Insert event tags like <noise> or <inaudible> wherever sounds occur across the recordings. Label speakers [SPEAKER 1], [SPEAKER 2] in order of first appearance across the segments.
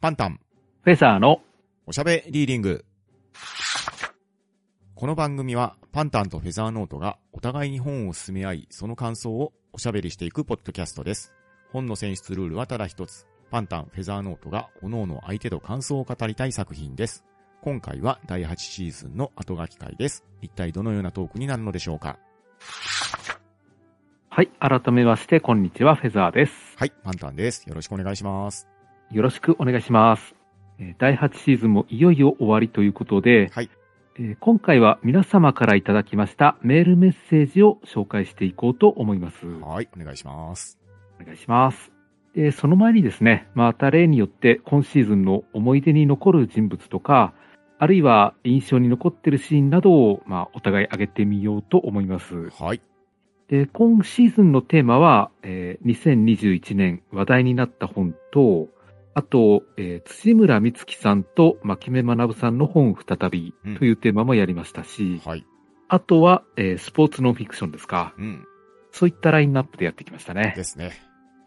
[SPEAKER 1] パンタン、
[SPEAKER 2] フェザーの、
[SPEAKER 1] おしゃべリーディング。この番組は、パンタンとフェザーノートがお互いに本を進め合い、その感想をおしゃべりしていくポッドキャストです。本の選出ルールはただ一つ。パンタン、フェザーノートが、各々相手と感想を語りたい作品です。今回は第8シーズンの後書き会です。一体どのようなトークになるのでしょうか
[SPEAKER 2] はい、改めまして、こんにちは、フェザーです。
[SPEAKER 1] はい、パンタンです。よろしくお願いします。
[SPEAKER 2] よろしくお願いします。えー第8シーズンもいよいよ終わりということで、
[SPEAKER 1] はい。
[SPEAKER 2] えー今回は皆様からいただきましたメールメッセージを紹介していこうと思います。
[SPEAKER 1] はい、お願いします。
[SPEAKER 2] お願いします。で、その前にですね、また例によって今シーズンの思い出に残る人物とか、あるいは印象に残ってるシーンなどを、まあ、お互い挙げてみようと思います。
[SPEAKER 1] はい。
[SPEAKER 2] で、今シーズンのテーマは、えー2021年話題になった本と、あと、えー辻村美月さんと牧目学さんの本再び
[SPEAKER 1] うん
[SPEAKER 2] というテーマもやりましたし、
[SPEAKER 1] はい。
[SPEAKER 2] あとは、えースポーツノンフィクションですか。
[SPEAKER 1] うん。
[SPEAKER 2] そういったラインナップでやってきましたね。
[SPEAKER 1] ですね。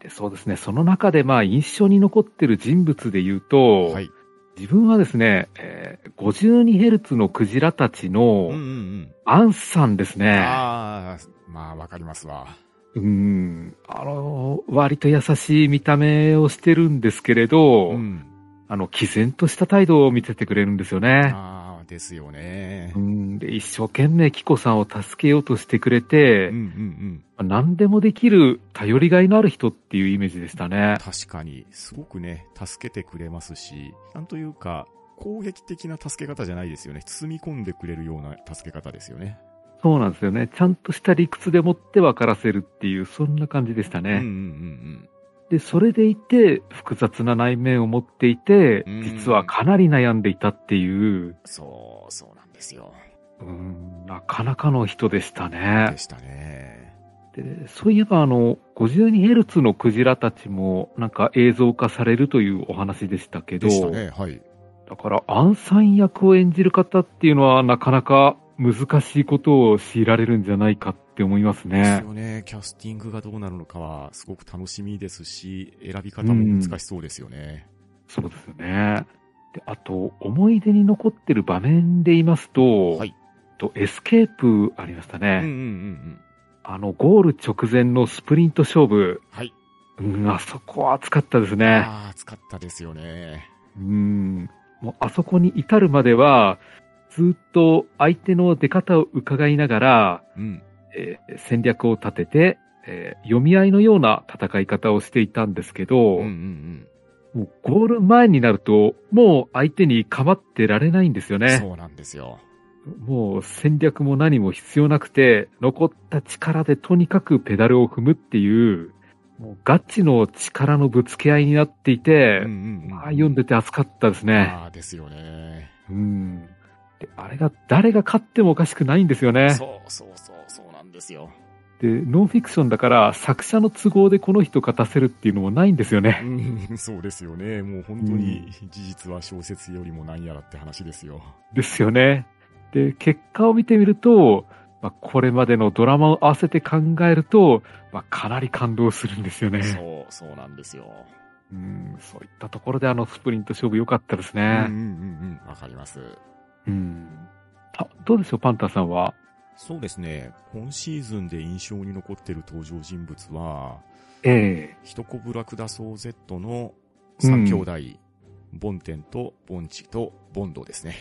[SPEAKER 2] でそうですね。その中で、まあ、印象に残ってる人物で言うと、
[SPEAKER 1] はい。
[SPEAKER 2] 自分はですね、えー 52Hz のクジラたち
[SPEAKER 1] うんうん
[SPEAKER 2] の、
[SPEAKER 1] うん。
[SPEAKER 2] アンさんですね。
[SPEAKER 1] ああ、まあ、わかりますわ。
[SPEAKER 2] うーん、あの、割と優しい見た目をしてるんですけれど、
[SPEAKER 1] うん。
[SPEAKER 2] あの、毅然とした態度を見せてくれるんですよね。
[SPEAKER 1] ああ、ですよね
[SPEAKER 2] う。ん、で一生懸命キコさんを助けようとしてくれて
[SPEAKER 1] うんうんう、ん。
[SPEAKER 2] まあ何でもできる頼りがいのある人っていうイメージでしたね。
[SPEAKER 1] 確かに、すごくね、助けてくれますし、なんというか、攻撃的な助け方じゃないですよね。包み込んでくれるような助け方ですよね。
[SPEAKER 2] そうなんですよね。ちゃんとした理屈でもって分からせるっていう、そんな感じでした
[SPEAKER 1] うんうん
[SPEAKER 2] ね。で、それでいて、複雑な内面を持っていて
[SPEAKER 1] うん、
[SPEAKER 2] 実はかなり悩んでいたっていう、
[SPEAKER 1] そう、そうなんですよ。
[SPEAKER 2] うん、なかなかの人でしたね
[SPEAKER 1] で。したね。
[SPEAKER 2] でそういえば、あの、52Hz のクジラたちも、なんか映像化されるというお話でしたけど、
[SPEAKER 1] でしたね、はい。
[SPEAKER 2] だから、アンさん役を演じる方っていうのは、なかなか難しいことを強いられるんじゃないかって思います
[SPEAKER 1] です
[SPEAKER 2] ね。
[SPEAKER 1] よね。キャスティングがどうなるのかは、すごく楽しみですし、選び方も難しそうですよね。
[SPEAKER 2] そうですよね。であと、思い出に残ってる場面で言いますと、
[SPEAKER 1] はい
[SPEAKER 2] とエスケープありました
[SPEAKER 1] うんうん
[SPEAKER 2] ね、
[SPEAKER 1] うんうん。
[SPEAKER 2] あの、ゴール直前のスプリント勝負、
[SPEAKER 1] はい。
[SPEAKER 2] うん、あそこは熱かったですね。
[SPEAKER 1] ああ、暑かったですよね。
[SPEAKER 2] うーん。もうあそこに至るまでは、ずっと相手の出方を伺いながら、
[SPEAKER 1] うん。
[SPEAKER 2] えー戦略を立てて、えー読み合いのような戦い方をしていたんですけど、
[SPEAKER 1] うんうんうん。
[SPEAKER 2] もうゴール前になると、もう相手に構ってられないんですよね。
[SPEAKER 1] そうなんですよ。
[SPEAKER 2] もう戦略も何も必要なくて、残った力でとにかくペダルを踏むっていう、もうガチの力のぶつけ合いになっていて、
[SPEAKER 1] ん
[SPEAKER 2] まあ読んでて熱かったですね。
[SPEAKER 1] ああ、ですよね。
[SPEAKER 2] うん。で、あれが、誰が勝ってもおかしくないんですよね。
[SPEAKER 1] そうそうそう、そうなんですよ。
[SPEAKER 2] で、ノンフィクションだから、作者の都合でこの人勝たせるっていうのもないんですよね。
[SPEAKER 1] そうですよね。もう本当に事実は小説よりもなんやらって話ですよ。
[SPEAKER 2] ですよね。で、結果を見てみると、まあ、これまでのドラマを合わせて考えると、まあ、かなり感動するんですよね。
[SPEAKER 1] そう、そうなんですよ。
[SPEAKER 2] うん、そういったところであのスプリント勝負良かったです
[SPEAKER 1] うんうん
[SPEAKER 2] ね。
[SPEAKER 1] うんうん、わかります。
[SPEAKER 2] うん。あ、どうでしょう、パンタさんは。
[SPEAKER 1] そうですね。今シーズンで印象に残ってる登場人物は、
[SPEAKER 2] え
[SPEAKER 1] ヒトコブラクダソー Z の三兄弟、ボンテンとボンチとボンドですね。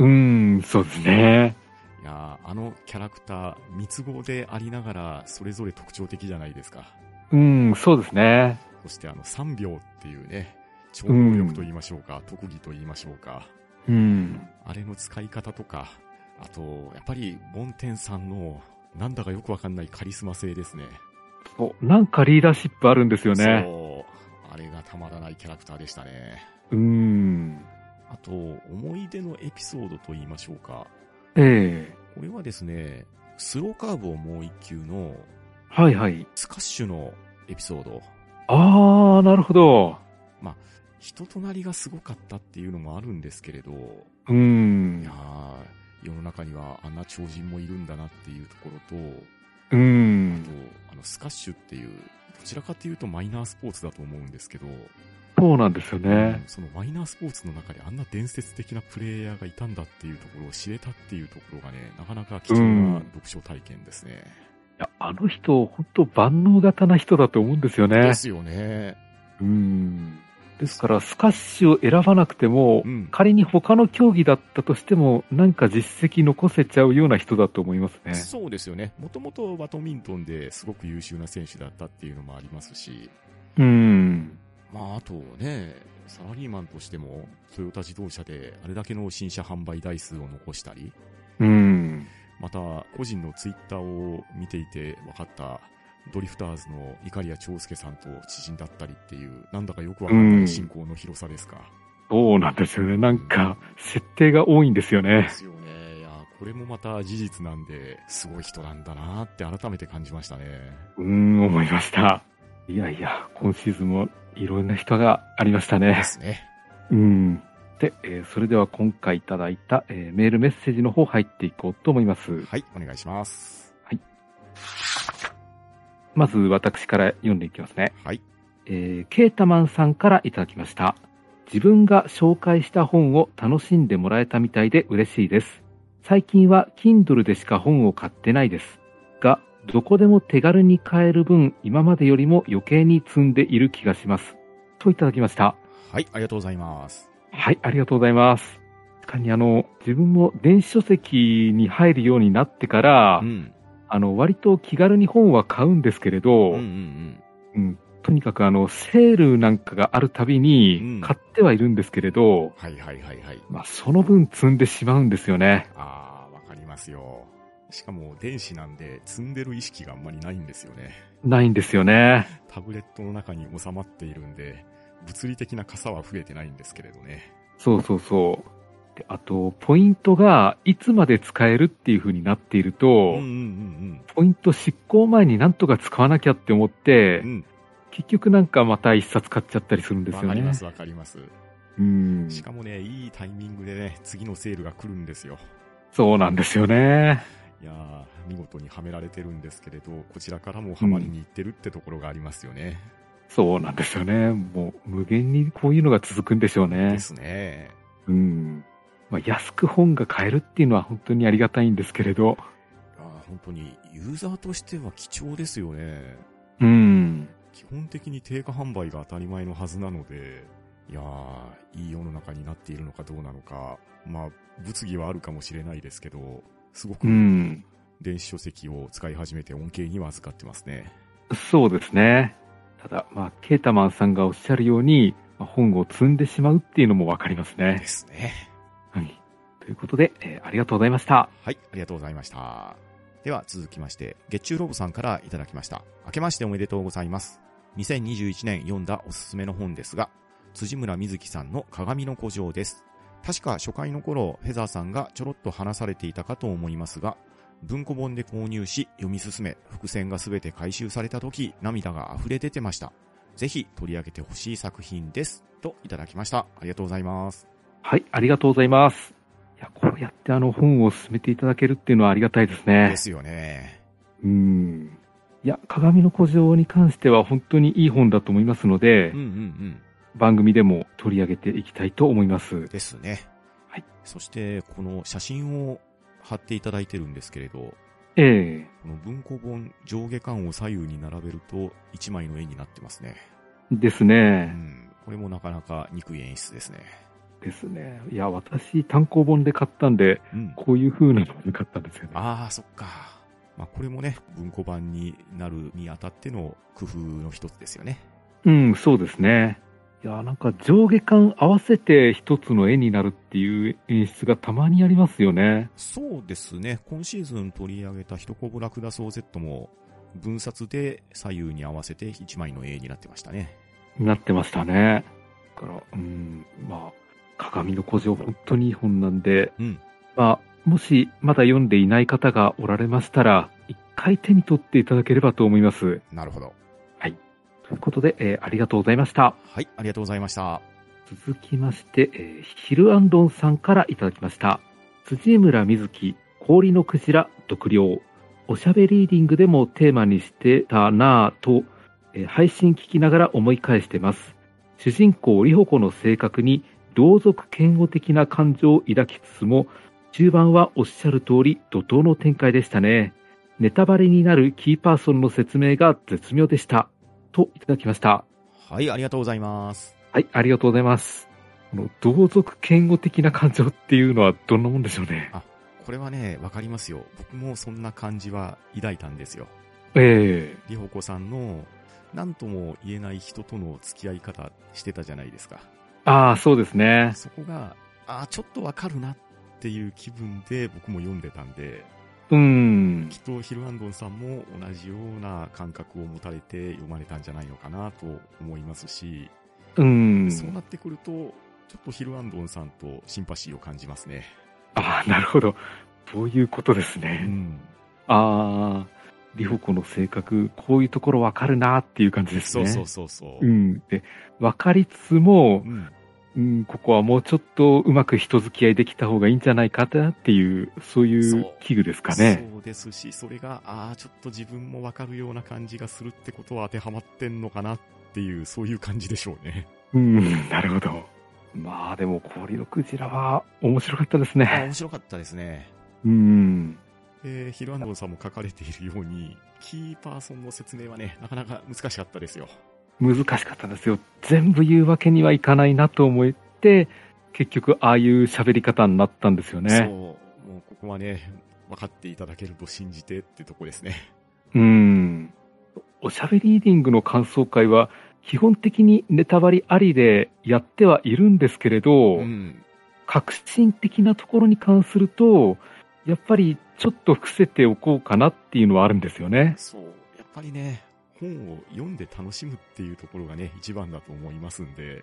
[SPEAKER 2] えうん、そうですね。
[SPEAKER 1] いやーあのキャラクター、三つ子でありながら、それぞれ特徴的じゃないですか。
[SPEAKER 2] うん、そうですね。
[SPEAKER 1] そしてあの3秒っていうね、超能力と言いましょうか、特技と言いましょうか、
[SPEAKER 2] うん。
[SPEAKER 1] あれの使い方とか、あと、やっぱり、ボンテンさんの、なんだかよくわかんないカリスマ性ですね。
[SPEAKER 2] そう、なんかリーダーシップあるんですよね。
[SPEAKER 1] そう。あれがたまらないキャラクターでしたね。
[SPEAKER 2] うーん。
[SPEAKER 1] あと、思い出のエピソードと言いましょうか。
[SPEAKER 2] ええ
[SPEAKER 1] これはですね、スローカーブをもう一級の、
[SPEAKER 2] はいはい。
[SPEAKER 1] スカッシュのエピソード。
[SPEAKER 2] あー、なるほど。
[SPEAKER 1] 人となりがすごかったっていうのもあるんですけれど、
[SPEAKER 2] うーん。
[SPEAKER 1] いやー世の中にはあんな超人もいるんだなっていうところと、
[SPEAKER 2] う
[SPEAKER 1] あ
[SPEAKER 2] ー
[SPEAKER 1] と
[SPEAKER 2] ん。
[SPEAKER 1] あのスカッシュっていう、どちらかというとマイナースポーツだと思うんですけど、
[SPEAKER 2] そうなんですよ
[SPEAKER 1] うん
[SPEAKER 2] ね。
[SPEAKER 1] そのマイナースポーツの中であんな伝説的なプレイヤーがいたんだっていうところを知れたっていうところがね、なかなか貴重な読書体験ですね。
[SPEAKER 2] いや、あの人、本当万能型な人だと思うんですよね
[SPEAKER 1] で。すよね。
[SPEAKER 2] うん。ですから、スカッシュを選ばなくても、
[SPEAKER 1] うん。
[SPEAKER 2] 仮に他の競技だったとしても、なんか実績残せちゃうような人だと思いますね。
[SPEAKER 1] そうですよね。もともとバドミントンですごく優秀な選手だったっていうのもありますし、
[SPEAKER 2] うん。
[SPEAKER 1] まあ、あとね、サラリーマンとしても、トヨタ自動車であれだけの新車販売台数を残したり、
[SPEAKER 2] うん。
[SPEAKER 1] また、個人のツイッターを見ていて分かった、ドリフターズのイカリア長介さんと知人だったりっていう、なんだかよくわかんない信仰の広さですか。
[SPEAKER 2] そうなんですよね。なんか、設定が多いんですよ
[SPEAKER 1] で
[SPEAKER 2] ね。
[SPEAKER 1] すよね。いや、これもまた事実なんで、すごい人なんだなって改めて感じましたね。
[SPEAKER 2] うん、思いました。いやいや、今シーズンもいろんな人がありました
[SPEAKER 1] で
[SPEAKER 2] ね。
[SPEAKER 1] すね。
[SPEAKER 2] うん。で、えーそれでは今回いただいた、えーメールメッセージの方入っていこうと思います。
[SPEAKER 1] はい、お願いします。
[SPEAKER 2] まず私から読んでいきますね。
[SPEAKER 1] はい。
[SPEAKER 2] えーケータマンさんからいただきました。自分が紹介した本を楽しんでもらえたみたいで嬉しいです。最近は Kindle でしか本を買ってないです。が、どこでも手軽に買える分、今までよりも余計に積んでいる気がします。といただきました。
[SPEAKER 1] はい、ありがとうございます。
[SPEAKER 2] はい、ありがとうございます。確かにあの、自分も電子書籍に入るようになってから、
[SPEAKER 1] うん。
[SPEAKER 2] あの、割と気軽に本は買うんですけれど、
[SPEAKER 1] うんうんうん。
[SPEAKER 2] うんとにかくあの、セールなんかがあるたび
[SPEAKER 1] うん
[SPEAKER 2] に買ってはいるんですけれど、
[SPEAKER 1] はいはいはいはい。
[SPEAKER 2] まあ、その分積んでしまうんですよね。
[SPEAKER 1] あー、わかりますよ。しかも、電子なんで、積んでる意識があんまりないんですよね。 <laughs>
[SPEAKER 2] ないんですよね。
[SPEAKER 1] タブレットの中に収まっているんで、物理的な傘は増えてないんですけれどね。
[SPEAKER 2] そうそうそう。であと、ポイントがいつまで使えるっていう風になっていると、
[SPEAKER 1] うんうん
[SPEAKER 2] ポイント執行前になんとか使わなきゃって思っ
[SPEAKER 1] う
[SPEAKER 2] て、
[SPEAKER 1] んうん。
[SPEAKER 2] 結局なんかまた一冊買っちゃったりするん
[SPEAKER 1] う
[SPEAKER 2] で
[SPEAKER 1] ん。
[SPEAKER 2] す
[SPEAKER 1] わ
[SPEAKER 2] よね。
[SPEAKER 1] かりますわかります。
[SPEAKER 2] うん。
[SPEAKER 1] しかもね、いいタイミングでね、次のセールが来るんですよ。
[SPEAKER 2] そうなんですよね。
[SPEAKER 1] いやー、見事にはめられてるんですけれど、こちらからもハマりに行ってるってところがありますよね。
[SPEAKER 2] そうなんですよね。もう無限にこういうのが続くんでしょうね
[SPEAKER 1] で。すね。
[SPEAKER 2] うん。まあ、安く本が買えるっていうのは本当にありがたいんですけれど。
[SPEAKER 1] いやー本当に、ユーザーとしては貴重ですよね。
[SPEAKER 2] うん。
[SPEAKER 1] 基本的に定価販売が当たり前のはずなので、いやー、いい世の中になっているのかどうなのか、まあ、物議はあるかもしれないですけど、すごく
[SPEAKER 2] うん。
[SPEAKER 1] 電子書籍を使い始めて恩恵には預かってますね。
[SPEAKER 2] そうですね。ただ、まあ、ケータマンさんがおっしゃるように、まあ本を積んでしまうっていうのもわかりますね
[SPEAKER 1] で。すね。
[SPEAKER 2] はい。ということで、えーありがとうございました。
[SPEAKER 1] はい、ありがとうございました。では続きまして、月中ロボさんからいただきました。明けましておめでとうございます。2021年読んだおすすめの本ですが、辻村瑞希さんの鏡の古城です。確か初回の頃、フェザーさんがちょろっと話されていたかと思いますが、文庫本で購入し、読み進め、伏線がすべて回収された時、涙が溢れ出てました。ぜひ取り上げてほしい作品です。といただきました。ありがとうございます。
[SPEAKER 2] はい、ありがとうございます。いや、こうやってあの本を進めていただけるっていうのはありがたいですね
[SPEAKER 1] で。すよね。
[SPEAKER 2] うん。いや、鏡の古城に関しては本当にいい本だと思いますので、
[SPEAKER 1] うんうんうん。
[SPEAKER 2] 番組でも取り上げていきたいと思います。
[SPEAKER 1] ですね。
[SPEAKER 2] はい。
[SPEAKER 1] そして、この写真を貼っていただいてるんですけれど、
[SPEAKER 2] ええ
[SPEAKER 1] この文庫本上下巻を左右に並べると1枚の絵になってますね。
[SPEAKER 2] です
[SPEAKER 1] う
[SPEAKER 2] ね。
[SPEAKER 1] ん。これもなかなか憎い演出ですね。
[SPEAKER 2] ですね。いや、私、単行本で買ったんで、
[SPEAKER 1] うん。
[SPEAKER 2] こういう風なので買ったんですよね。
[SPEAKER 1] ああ、そっか。まあ、これもね、文庫版になるにあたっての工夫の一つですよね。
[SPEAKER 2] うん、そうですね。いや、なんか上下巻合わせて一つの絵になるっていう演出がたまにありますよね。
[SPEAKER 1] そうですね。今シーズン取り上げた一コブラクダソー Z も、分冊で左右に合わせて1枚の絵になってましたね。
[SPEAKER 2] なってましたね。だから、うん、まあ、鏡の古城本当にいい本なんで、
[SPEAKER 1] うん
[SPEAKER 2] まあ、もしまだ読んでいない方がおられましたら、一回手に取っていただければと思います。
[SPEAKER 1] なるほど。
[SPEAKER 2] ということで、えーありがとうございました。
[SPEAKER 1] はい、ありがとうございました。
[SPEAKER 2] 続きまして、えーヒルアンドンさんからいただきました。辻村瑞希、氷のクジラ、独領。おしゃべりリーディングでもテーマにしてたなぁと、えー配信聞きながら思い返してます。主人公リホコの性格に同族嫌悪的な感情を抱きつつも、中盤はおっしゃる通り怒涛の展開でしたね。ネタバレになるキーパーソンの説明が絶妙でした。といただきました。
[SPEAKER 1] はい、ありがとうございます。
[SPEAKER 2] はい、ありがとうございます。この同族嫌悪的な感情っていうのはどんなもんでしょうね。
[SPEAKER 1] これはね、わかりますよ。僕もそんな感じは抱いたんですよ。
[SPEAKER 2] え
[SPEAKER 1] りほこさんの、なんとも言えない人との付き合い方してたじゃないですか。
[SPEAKER 2] えああ、そうですね。
[SPEAKER 1] そこが、あーちょっとわかるなっていう気分で僕も読んでたんで、
[SPEAKER 2] うん
[SPEAKER 1] き。っとヒルアンドンさんも同じような感覚を持たれて読まれたんじゃないのかなと思いますし、
[SPEAKER 2] うん。
[SPEAKER 1] そうなってくると、ちょっとヒルアンドンさんとシンパシーを感じますね。
[SPEAKER 2] ああ、なるほど。そういうことです
[SPEAKER 1] う
[SPEAKER 2] ね。
[SPEAKER 1] ん。
[SPEAKER 2] ああ、リホコの性格、こういうところわかるなっていう感じです
[SPEAKER 1] そ
[SPEAKER 2] ね。
[SPEAKER 1] うそうそうそう。
[SPEAKER 2] うん。で、わかりつつも
[SPEAKER 1] う、ん
[SPEAKER 2] うん、ここはもうちょっとうまく人付き合いできた方がいいんじゃないかなっていう、そういう器具ですかね。
[SPEAKER 1] そうですし、それが、ああ、ちょっと自分もわかるような感じがするってことは当てはまってんのかなっていう、そういう感じでしょうね。
[SPEAKER 2] うん、なるほど。まあでも、氷のクジラは面白かったです
[SPEAKER 1] あー
[SPEAKER 2] ね。
[SPEAKER 1] 面白かったですね。
[SPEAKER 2] うん。
[SPEAKER 1] えー、ヒルアンドンさんも書かれているように、キーパーソンの説明はね、なかなか難しかったですよ。
[SPEAKER 2] 難しかったんですよ。全部言うわけにはいかないなと思って、結局ああいう喋り方になったんですよ
[SPEAKER 1] そう、
[SPEAKER 2] ね。
[SPEAKER 1] もうここはね、分かっていただけると信じてってとこですね。
[SPEAKER 2] うん。おしゃべりリーディングの感想会は、基本的にネタバリありでやってはいるんですけれど、
[SPEAKER 1] うん。
[SPEAKER 2] 革新的なところに関すると、やっぱりちょっと伏せておこうかなっていうのはあるんですよね。
[SPEAKER 1] そう、やっぱりね、本を読んで楽しむっていうところがね、一番だと思いますんで、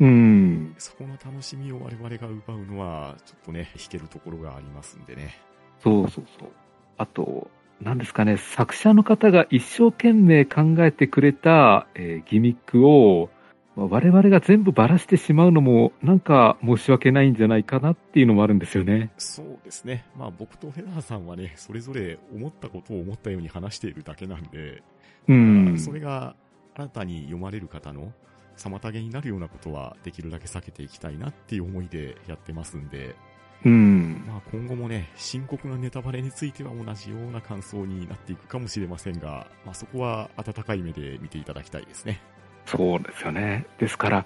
[SPEAKER 2] うん。
[SPEAKER 1] そこの楽しみを我々が奪うのは、ちょっとね、引けるところがありますんでね。
[SPEAKER 2] そうそうそう。あと、何ですかね、作者の方が一生懸命考えてくれた、えーギミックを、まあ我々が全部ばらしてしまうのも、なんか申し訳ないんじゃないかなっていうのもあるんですよね。
[SPEAKER 1] そうですね。まあ僕とフェザーさんはね、それぞれ思ったことを思ったように話しているだけなんで、
[SPEAKER 2] うん。
[SPEAKER 1] それが新たに読まれる方の妨げになるようなことはできるだけ避けていきたいなっていう思いでやってますんで、
[SPEAKER 2] うん。
[SPEAKER 1] まあ今後もね、深刻なネタバレについては同じような感想になっていくかもしれませんが、まあそこは温かい目で見ていただきたいですね。
[SPEAKER 2] そうですよね。ですから、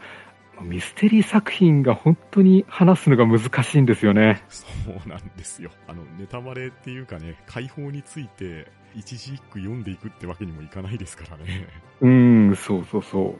[SPEAKER 2] ミステリー作品が本当に話すのが難しいんですよね。
[SPEAKER 1] そうなんですよ。あの、ネタバレっていうかね、解放について一字一句読んでいくってわけにもいかないですからね。
[SPEAKER 2] うん、そうそうそう。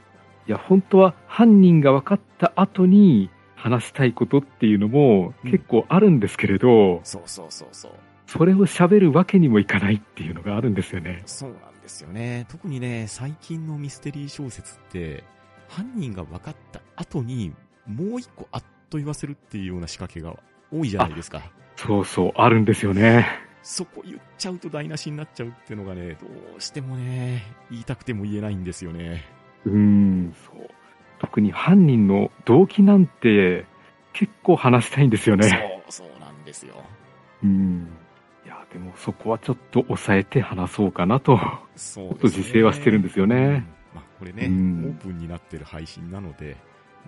[SPEAKER 2] いや、本当は犯人が分かった後に話したいことっていうのも
[SPEAKER 1] うん
[SPEAKER 2] 結構あるんですけれど、
[SPEAKER 1] そうそうそうそう。
[SPEAKER 2] それを喋るわけにもいかないっていうのがあるんですよね。
[SPEAKER 1] そうなんですよね。特にね、最近のミステリー小説って、犯人が分かった後に、もう一個あっと言わせるっていうような仕掛けが多いじゃないですか。
[SPEAKER 2] そうそう、あるんですよね。
[SPEAKER 1] そこ言っちゃうと台無しになっちゃうっていうのがね、どうしてもね、言いたくても言えないんですよね。
[SPEAKER 2] うん、そう。特に犯人の動機なんて結構話したいんですよね。
[SPEAKER 1] そう、そうなんですよ。
[SPEAKER 2] うん。いや、でもそこはちょっと抑えて話そうかなと。
[SPEAKER 1] そう
[SPEAKER 2] ちょっと自制はしてるんですよね。
[SPEAKER 1] まあ、これね、
[SPEAKER 2] うん
[SPEAKER 1] オープンになってる配信なので、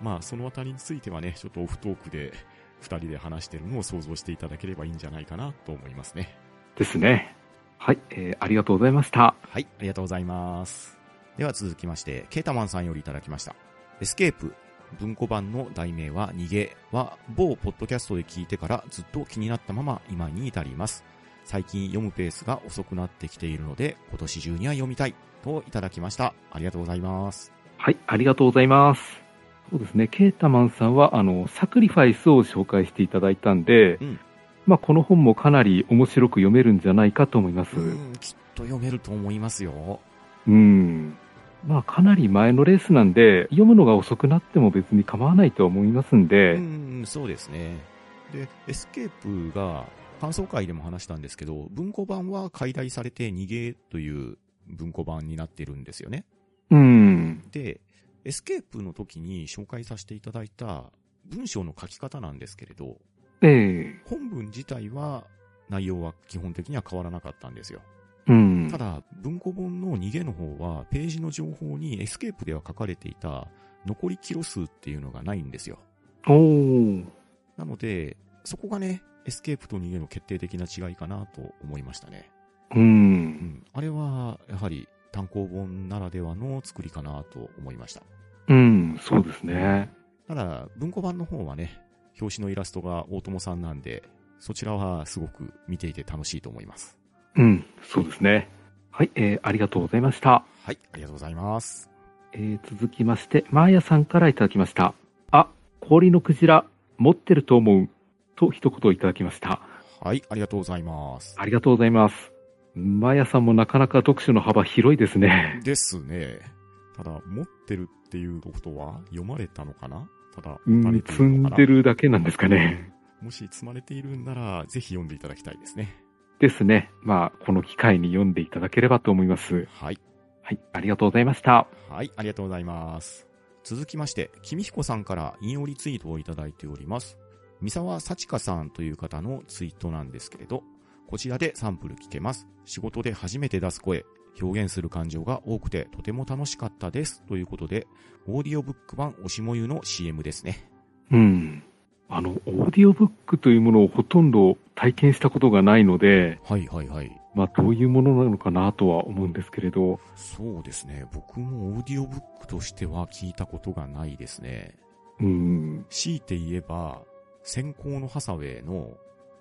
[SPEAKER 1] まあ、そのあたりについてはね、ちょっとオフトークで、二人で話してるのを想像していただければいいんじゃないかなと思いますね。
[SPEAKER 2] ですね。はい、えーありがとうございました。
[SPEAKER 1] はい、ありがとうございます。では続きまして、ケータマンさんよりいただきました。エスケープ、文庫版の題名は逃げは、某ポッドキャストで聞いてからずっと気になったまま今に至ります。最近読むペースが遅くなってきているので、今年中には読みたい、といただきました。ありがとうございます。
[SPEAKER 2] はい、ありがとうございます。そうですね、ケータマンさんは、あの、サクリファイスを紹介していただいたんで、
[SPEAKER 1] うん
[SPEAKER 2] まあ、この本もかなり面白く読めるんじゃないかと思います。うん。
[SPEAKER 1] ん、きっと読めると思いますよ。
[SPEAKER 2] まあ、かなり前のレースなんで、読むのが遅くなっても別に構わないと思いますんで、
[SPEAKER 1] うん、そうですね。で、エスケープが、感想会でも話したんですけど、文庫版は解体されて逃げという文庫版になってるんですよね。
[SPEAKER 2] うん。
[SPEAKER 1] で、エスケープの時に紹介させていただいた文章の書き方なんですけれど、
[SPEAKER 2] ええ
[SPEAKER 1] 本文自体は内容は基本的には変わらなかったんですよ。
[SPEAKER 2] うん
[SPEAKER 1] た。だ、文庫本の逃げの方は、ページの情報にエスケープでは書かれていた残りキロ数っていうのがないんですよ。
[SPEAKER 2] おー。
[SPEAKER 1] なので、そこがね、エスケープと逃げの決定的な違いかなと思いましたね。
[SPEAKER 2] う。
[SPEAKER 1] うんん。あれは、やはり単行本ならではの作りかなと思いました。
[SPEAKER 2] うん、そうですね。
[SPEAKER 1] ただ、文庫版の方はね、表紙のイラストが大友さんなんで、そちらはすごく見ていて楽しいと思います。
[SPEAKER 2] うん、そうですね。はい、えー、ありがとうございました。
[SPEAKER 1] はい、ありがとうございます。
[SPEAKER 2] えー続きまして、マーヤさんからいただきました。あ、氷のクジラ、持ってると思う。と一言いただきました。
[SPEAKER 1] はい、ありがとうございます。
[SPEAKER 2] ありがとうございます。マーヤさんもなかなか読書の幅広いですね。
[SPEAKER 1] ですね。ただ、持ってるっていうことは読まれたのかなただ、
[SPEAKER 2] う
[SPEAKER 1] 持た
[SPEAKER 2] ん
[SPEAKER 1] れ、てい
[SPEAKER 2] 積
[SPEAKER 1] る
[SPEAKER 2] ん
[SPEAKER 1] のか
[SPEAKER 2] で
[SPEAKER 1] な
[SPEAKER 2] るだけなんですかね。
[SPEAKER 1] もし積まれているんなら、ぜひ読んでいただきたいですね。
[SPEAKER 2] ですね。まあ、この機会に読んでいただければと思います。
[SPEAKER 1] はい。
[SPEAKER 2] はい、ありがとうございました。
[SPEAKER 1] はい、ありがとうございます。続きまして、君彦さんから引用リツイートをいただいております。三沢幸香さんという方のツイートなんですけれど、こちらでサンプル聞けます。仕事で初めて出す声、表現する感情が多くてとても楽しかったです。ということで、オーディオブック版おしもゆの CM ですね。
[SPEAKER 2] うん。あの、オーディオブックというものをほとんど体験したことがないので、
[SPEAKER 1] はいはいはい。
[SPEAKER 2] まあ、どういうものなのかなとは思うんですけれど、
[SPEAKER 1] そうですね。僕もオーディオブックとしては聞いたことがないですね。
[SPEAKER 2] うん、
[SPEAKER 1] 強いて言えば、先行のハサウェイの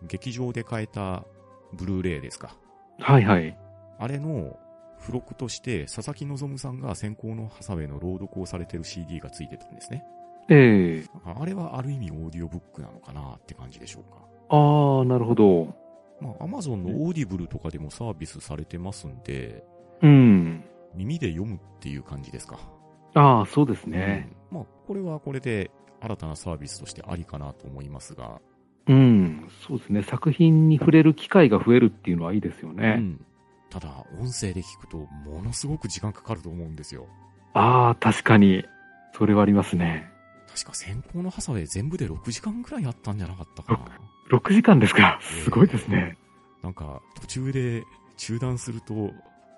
[SPEAKER 1] 劇場で買えたブルーレイですか。
[SPEAKER 2] はいはい。
[SPEAKER 1] あれの付録として佐々木希さんが先行のハサウェイの朗読をされてる CD がついてたんですね。
[SPEAKER 2] ええ
[SPEAKER 1] ああれはある意味オーディオブックなのかなって感じでしょうか。
[SPEAKER 2] ああ、なるほど。
[SPEAKER 1] まあ、アマゾンのオーディブルとかでもサービスされてますんで、
[SPEAKER 2] うん。
[SPEAKER 1] 耳で読むっていう感じですか。
[SPEAKER 2] ああ、そうですね。
[SPEAKER 1] うんまあ、これはこれで新たなサービスとしてありかなと思いますが、
[SPEAKER 2] うん、そうですね。作品に触れる機会が増えるっていうのはいいですよね。
[SPEAKER 1] うんただ、音声で聞くと、ものすごく時間かかると思うんですよ。
[SPEAKER 2] ああ、確かに。それはありますね。
[SPEAKER 1] 確か先行のハサウェイ全部で6時間くらいあったんじゃなかったかな。
[SPEAKER 2] 6時間ですか。すごいですね。
[SPEAKER 1] なんか、途中で中断すると、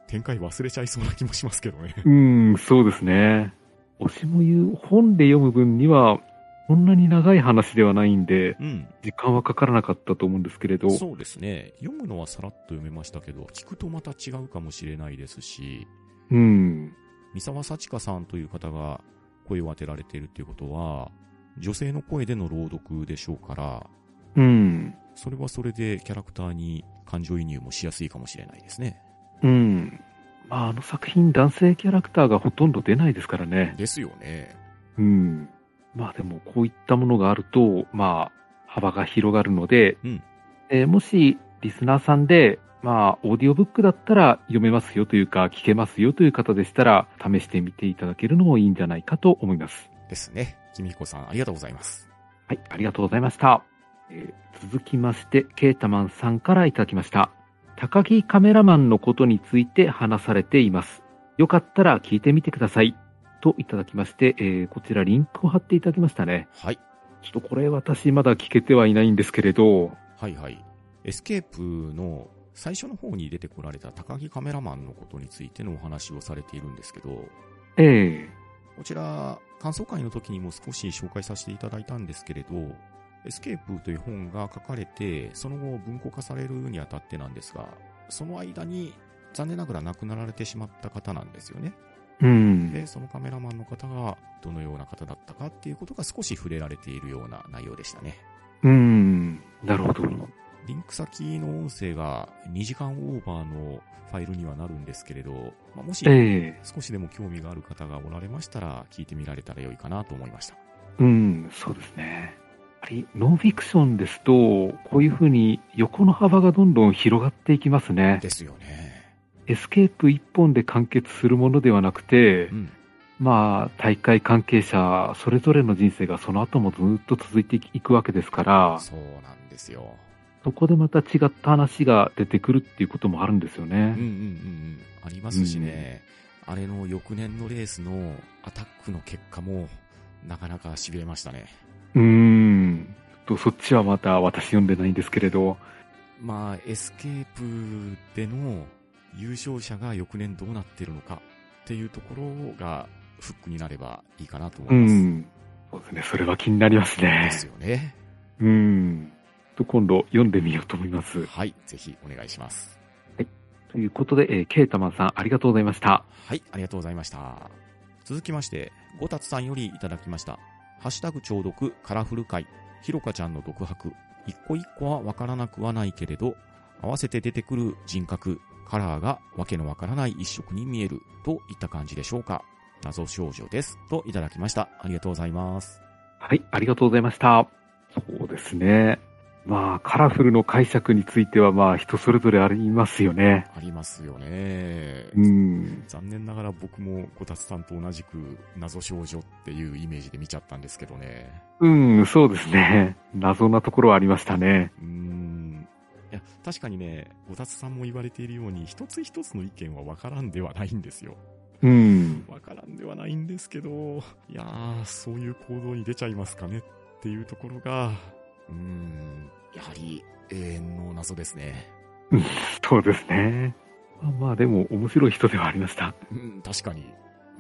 [SPEAKER 1] 展開忘れちゃいそうな気もしますけどね。
[SPEAKER 2] うん、そうですね。推しも言う本で読む分には、こんなに長い話ではないんで、
[SPEAKER 1] <laughs> うん。
[SPEAKER 2] 時間はかからなかったと思うんですけれど。
[SPEAKER 1] そうですね。読むのはさらっと読めましたけど、聞くとまた違うかもしれないですし、
[SPEAKER 2] うん。
[SPEAKER 1] 三沢幸香さんという方が声を当てられているということは、女性の声での朗読でしょうから、
[SPEAKER 2] うん。
[SPEAKER 1] それはそれでキャラクターに感情移入もしやすいかもしれないですね。
[SPEAKER 2] うん。まあ、あの作品、男性キャラクターがほとんど出ないですからね。
[SPEAKER 1] ですよね。
[SPEAKER 2] うん。まあでも、こういったものがあると、まあ、幅が広がるので、
[SPEAKER 1] うん
[SPEAKER 2] えーもし、リスナーさんで、まあ、オーディオブックだったら読めますよというか、聞けますよという方でしたら、試してみていただけるのもいいんじゃないかと思います。
[SPEAKER 1] ですね。君彦さん、ありがとうございます。
[SPEAKER 2] はい、ありがとうございました。えー続きまして、ケータマンさんからいただきました。高木カメラマンのことについて話されています。よかったら聞いてみてください。といただきまして、えーこちらリンクを貼っていただきましたね。
[SPEAKER 1] はい。
[SPEAKER 2] ちょっとこれ私まだ聞けてはいないんですけれど、
[SPEAKER 1] はいはい。エスケープの最初の方に出てこられた高木カメラマンのことについてのお話をされているんですけど、
[SPEAKER 2] ええ
[SPEAKER 1] こちら、感想会の時にも少し紹介させていただいたんですけれど、エスケープという本が書かれて、その後文庫化されるにあたってなんですが、その間に残念ながら亡くなられてしまった方なんですよね。
[SPEAKER 2] うん。
[SPEAKER 1] で、そのカメラマンの方がどのような方だったかっていうことが少し触れられているような内容でしたね。
[SPEAKER 2] うん。なるほど。
[SPEAKER 1] リンク先の音声が2時間オーバーのファイルにはなるんですけれど、まあ、もし
[SPEAKER 2] ええ
[SPEAKER 1] 少しでも興味がある方がおられましたら聞いてみられたら良いかなと思いました。
[SPEAKER 2] うん、そうですね。やはりノンフィクションですと、こういうふうに横の幅がどんどん広がっていきますね。
[SPEAKER 1] ですよね。
[SPEAKER 2] エスケープ一本で完結するものではなくて
[SPEAKER 1] う、ん。
[SPEAKER 2] まあ、大会関係者それぞれの人生がその後もずっと続いていくわけですから、
[SPEAKER 1] そうなんですよ。
[SPEAKER 2] そこでまた違った話が出てくるっていうこともあるんですよ
[SPEAKER 1] うんうんう
[SPEAKER 2] ね。
[SPEAKER 1] んうん。ありますしね、あれの翌年のレースのアタックの結果もなかなか痺れましたね。
[SPEAKER 2] うーん。とそっちはまた私読んでないんですけれど、
[SPEAKER 1] まあ、エスケープでの優勝者が翌年どうなってるのかっていうところがフックになればいいかなと思
[SPEAKER 2] う
[SPEAKER 1] います。
[SPEAKER 2] ん。そうですね。それは気になりますね
[SPEAKER 1] で。すよね。
[SPEAKER 2] うん。と今度読んでみようと思います。
[SPEAKER 1] はい、ぜひお願いします。
[SPEAKER 2] ということで、えー、ケータマンさんありがとうございました。
[SPEAKER 1] はい、ありがとうございました。続きまして、ごたつさんよりいただきました。ハッシュタグ聴読カラフル会、ひろかちゃんの独白、一個一個はわからなくはないけれど、合わせて出てくる人格、カラーがわけのわからない一色に見えるといった感じでしょうか。謎少女です。といただきました。ありがとうございます。
[SPEAKER 2] はい、ありがとうございました。そうですね。まあ、カラフルの解釈については、まあ、人それぞれありますよね。
[SPEAKER 1] ありますよね。
[SPEAKER 2] うん。
[SPEAKER 1] 残念ながら僕もこたつさんと同じく謎少女っていうイメージで見ちゃったんですけどね。
[SPEAKER 2] うん、そうですね。謎なところはありましたね。
[SPEAKER 1] うーん。いや、確かにね、ごたつさんも言われているように、一つ一つの意見は分からんではないんですよ。
[SPEAKER 2] うん。
[SPEAKER 1] 分からんではないんですけど、いやー、そういう行動に出ちゃいますかねっていうところが、うーん、やはり永遠の謎ですね。
[SPEAKER 2] そうですね。まあ、まあ、でも、面白い人ではありました。
[SPEAKER 1] うん、確かに。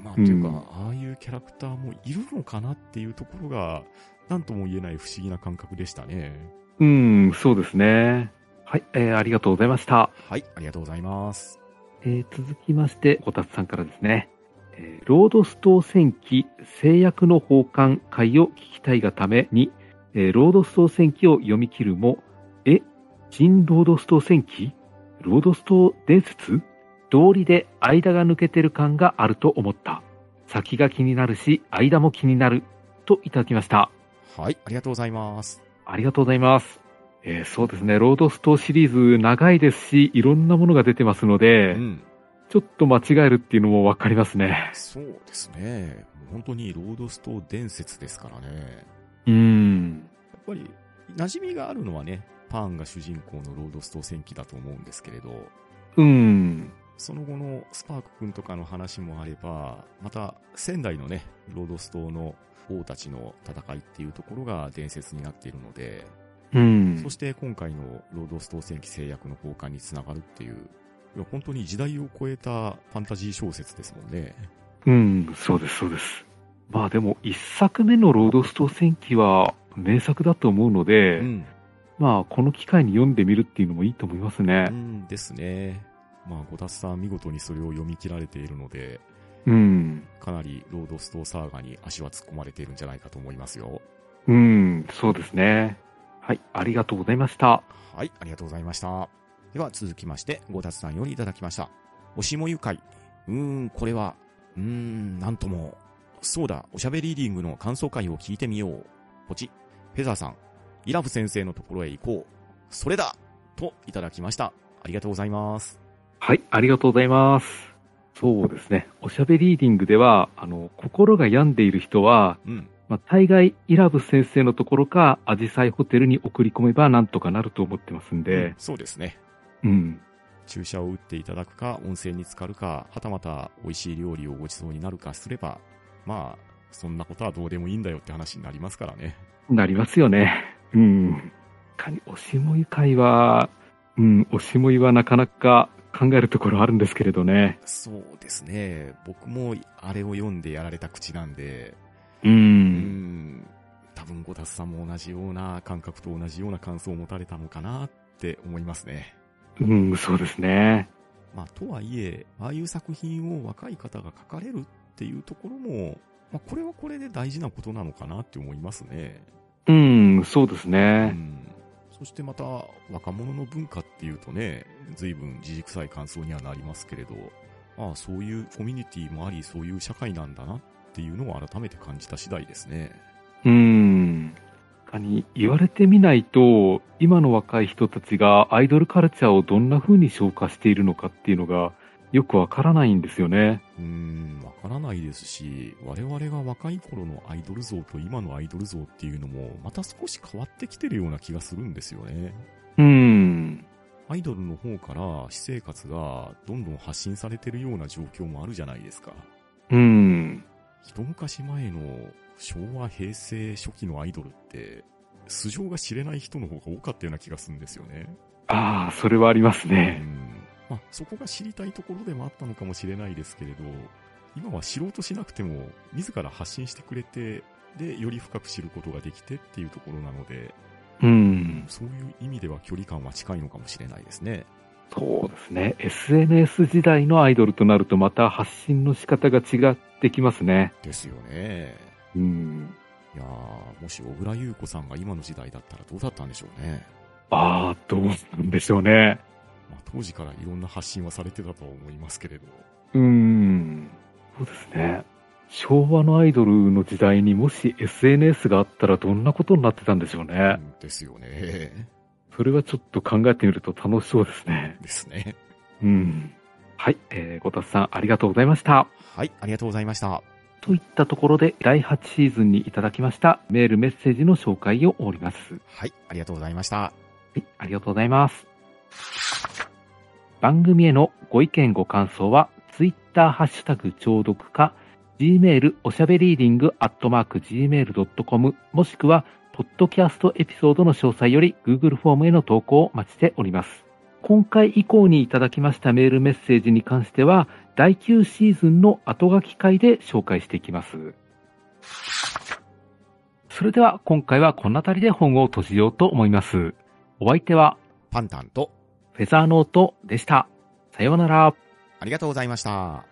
[SPEAKER 1] まあ、と
[SPEAKER 2] うん
[SPEAKER 1] いうか、ああいうキャラクターもいるのかなっていうところが、なんとも言えない不思議な感覚でしたね。
[SPEAKER 2] うん、そうですね。はい、えー、ありがとうございました。
[SPEAKER 1] はい、ありがとうございます。
[SPEAKER 2] えー続きまして、こたつさんからですね。えーロードストー戦記制約の奉還会を聞きたいがために、えーロードストー戦記を読み切るも、え、新ロードストー戦記ロードストー伝説道理で間が抜けてる感があると思った。先が気になるし、間も気になる。といただきました。
[SPEAKER 1] はい、ありがとうございます。
[SPEAKER 2] ありがとうございます。えーそうですね、ロードストーシリーズ長いですし、いろんなものが出てますので、
[SPEAKER 1] うん。
[SPEAKER 2] ちょっと間違えるっていうのもわかりますね。
[SPEAKER 1] そうですね。もう本当にロードストー伝説ですからね。
[SPEAKER 2] うん。
[SPEAKER 1] やっぱり、馴染みがあるのはね、パーンが主人公のロードストー戦記だと思うんですけれど、
[SPEAKER 2] うん。
[SPEAKER 1] その後のスパーク君とかの話もあれば、また仙台のね、ロードストーの王たちの戦いっていうところが伝説になっているので、
[SPEAKER 2] うん
[SPEAKER 1] そ。して今回のロードストー戦記制約の交換につながるっていう、いや本当に時代を超えたファンタジー小説ですもんね。
[SPEAKER 2] うん。そうです、そうです。まあでも、一作目のロードストー戦記は名作だと思うので、
[SPEAKER 1] うん。
[SPEAKER 2] まあ、この機会に読んでみるっていうのもいいと思います
[SPEAKER 1] う
[SPEAKER 2] ね。
[SPEAKER 1] んですね。まあ、五達さん見事にそれを読み切られているので、
[SPEAKER 2] うん。
[SPEAKER 1] かなりロードストーサーガに足は突っ込まれているんじゃないかと思いますよ。
[SPEAKER 2] うん。そうですね。はい。ありがとうございました。
[SPEAKER 1] はい、ありがとうございました。では続きまして、五達さんよりいただきました。おしもゆかい。うーん、これは、うーん、なんとも。そうだ、おしゃべりリーディングの感想会を聞いてみよう。ポチ、フェザーさん、イラフ先生のところへ行こう。それだといただきました。ありがとうございます。
[SPEAKER 2] はい。ありがとうございます。そうですね。おしゃべりーディングでは、あの、心が病んでいる人は、
[SPEAKER 1] うん、
[SPEAKER 2] まあ、大概、イラブ先生のところか、アジサイホテルに送り込めばなんとかなると思ってますん
[SPEAKER 1] うん
[SPEAKER 2] で、
[SPEAKER 1] そうですね。
[SPEAKER 2] うん。
[SPEAKER 1] 注射を打っていただくか、温泉に浸かるか、はたまた美味しい料理をご馳走になるかすれば、まあ、そんなことはどうでもいいんだよって話になりますからね。
[SPEAKER 2] なりますよね。うん。かに、おしもゆ会は、うん、おしもゆはなかなか考えるところあるんですけれどね。
[SPEAKER 1] そうですね。僕もあれを読んでやられた口なんで、
[SPEAKER 2] う。
[SPEAKER 1] うんん、多分ごたつさんも同じような感覚と同じような感想を持たれたのかなって思いますね。
[SPEAKER 2] うん、そうですね。
[SPEAKER 1] まあ、とはいえ、ああいう作品を若い方が書かれるっていうところも、まあ、これはこれで大事なことなのかなって思いますね。
[SPEAKER 2] うん、そうです
[SPEAKER 1] う
[SPEAKER 2] ね。
[SPEAKER 1] んそしてまた若者の文化っていうとね、随分自軸臭い感想にはなりますけれど、ああ、そういうコミュニティもあり、そういう社会なんだなっていうのを改めて感じた次第ですね。
[SPEAKER 2] うん。かに、言われてみないと、今の若い人たちがアイドルカルチャーをどんな風に消化しているのかっていうのが、よくわからないんですよね。
[SPEAKER 1] うーん、わからないですし、我々が若い頃のアイドル像と今のアイドル像っていうのも、また少し変わってきてるような気がするんですよね。
[SPEAKER 2] うん。
[SPEAKER 1] アイドルの方から私生活がどんどん発信されてるような状況もあるじゃないですか。
[SPEAKER 2] うん。
[SPEAKER 1] 一昔前の昭和平成初期のアイドルって、素性が知れない人の方が多かったような気がするんですよね。
[SPEAKER 2] ああ、それはあります
[SPEAKER 1] う
[SPEAKER 2] ね。
[SPEAKER 1] ん。まあ、そこが知りたいところでもあったのかもしれないですけれど、今は知ろうとしなくても、自ら発信してくれて、で、より深く知ることができてっていうところなので、
[SPEAKER 2] うん。
[SPEAKER 1] そういう意味では距離感は近いのかもしれないですね。
[SPEAKER 2] そうですね。SNS 時代のアイドルとなるとまた発信の仕方が違ってきますね。
[SPEAKER 1] ですよね。
[SPEAKER 2] うん。
[SPEAKER 1] いやー、もし小倉優子さんが今の時代だったらどうだったんでしょうね。
[SPEAKER 2] ああ、どうなんでしょうね。
[SPEAKER 1] まあ、当時からいろんな発信はされてたとは思いますけれど。
[SPEAKER 2] うん。そうですね。昭和のアイドルの時代にもし SNS があったらどんなことになってたんでしょう
[SPEAKER 1] う
[SPEAKER 2] ね。
[SPEAKER 1] んですよね。
[SPEAKER 2] それはちょっと考えてみると楽しそうですね。
[SPEAKER 1] ですね。
[SPEAKER 2] うん。はい、えー、ごたつさんありがとうございました。
[SPEAKER 1] はい、ありがとうございました。
[SPEAKER 2] といったところで、第8シーズンにいただきましたメールメッセージの紹介を終わります。
[SPEAKER 1] はい、ありがとうございました。
[SPEAKER 2] はい、ありがとうございます。番組へのご意見ご感想は、ツイッターハッシュタグ聴読か、gmail おしゃべりーディングアットマーク gmail.com もしくは、ポッドキャストエピソードの詳細より Google フォームへの投稿をお待ちしております。今回以降にいただきましたメールメッセージに関しては、第9シーズンの後書き会で紹介していきます。それでは今回はこの辺りで本を閉じようと思います。お相手は
[SPEAKER 1] パンタンと、
[SPEAKER 2] フェザーノートでした。さようなら。
[SPEAKER 1] ありがとうございました。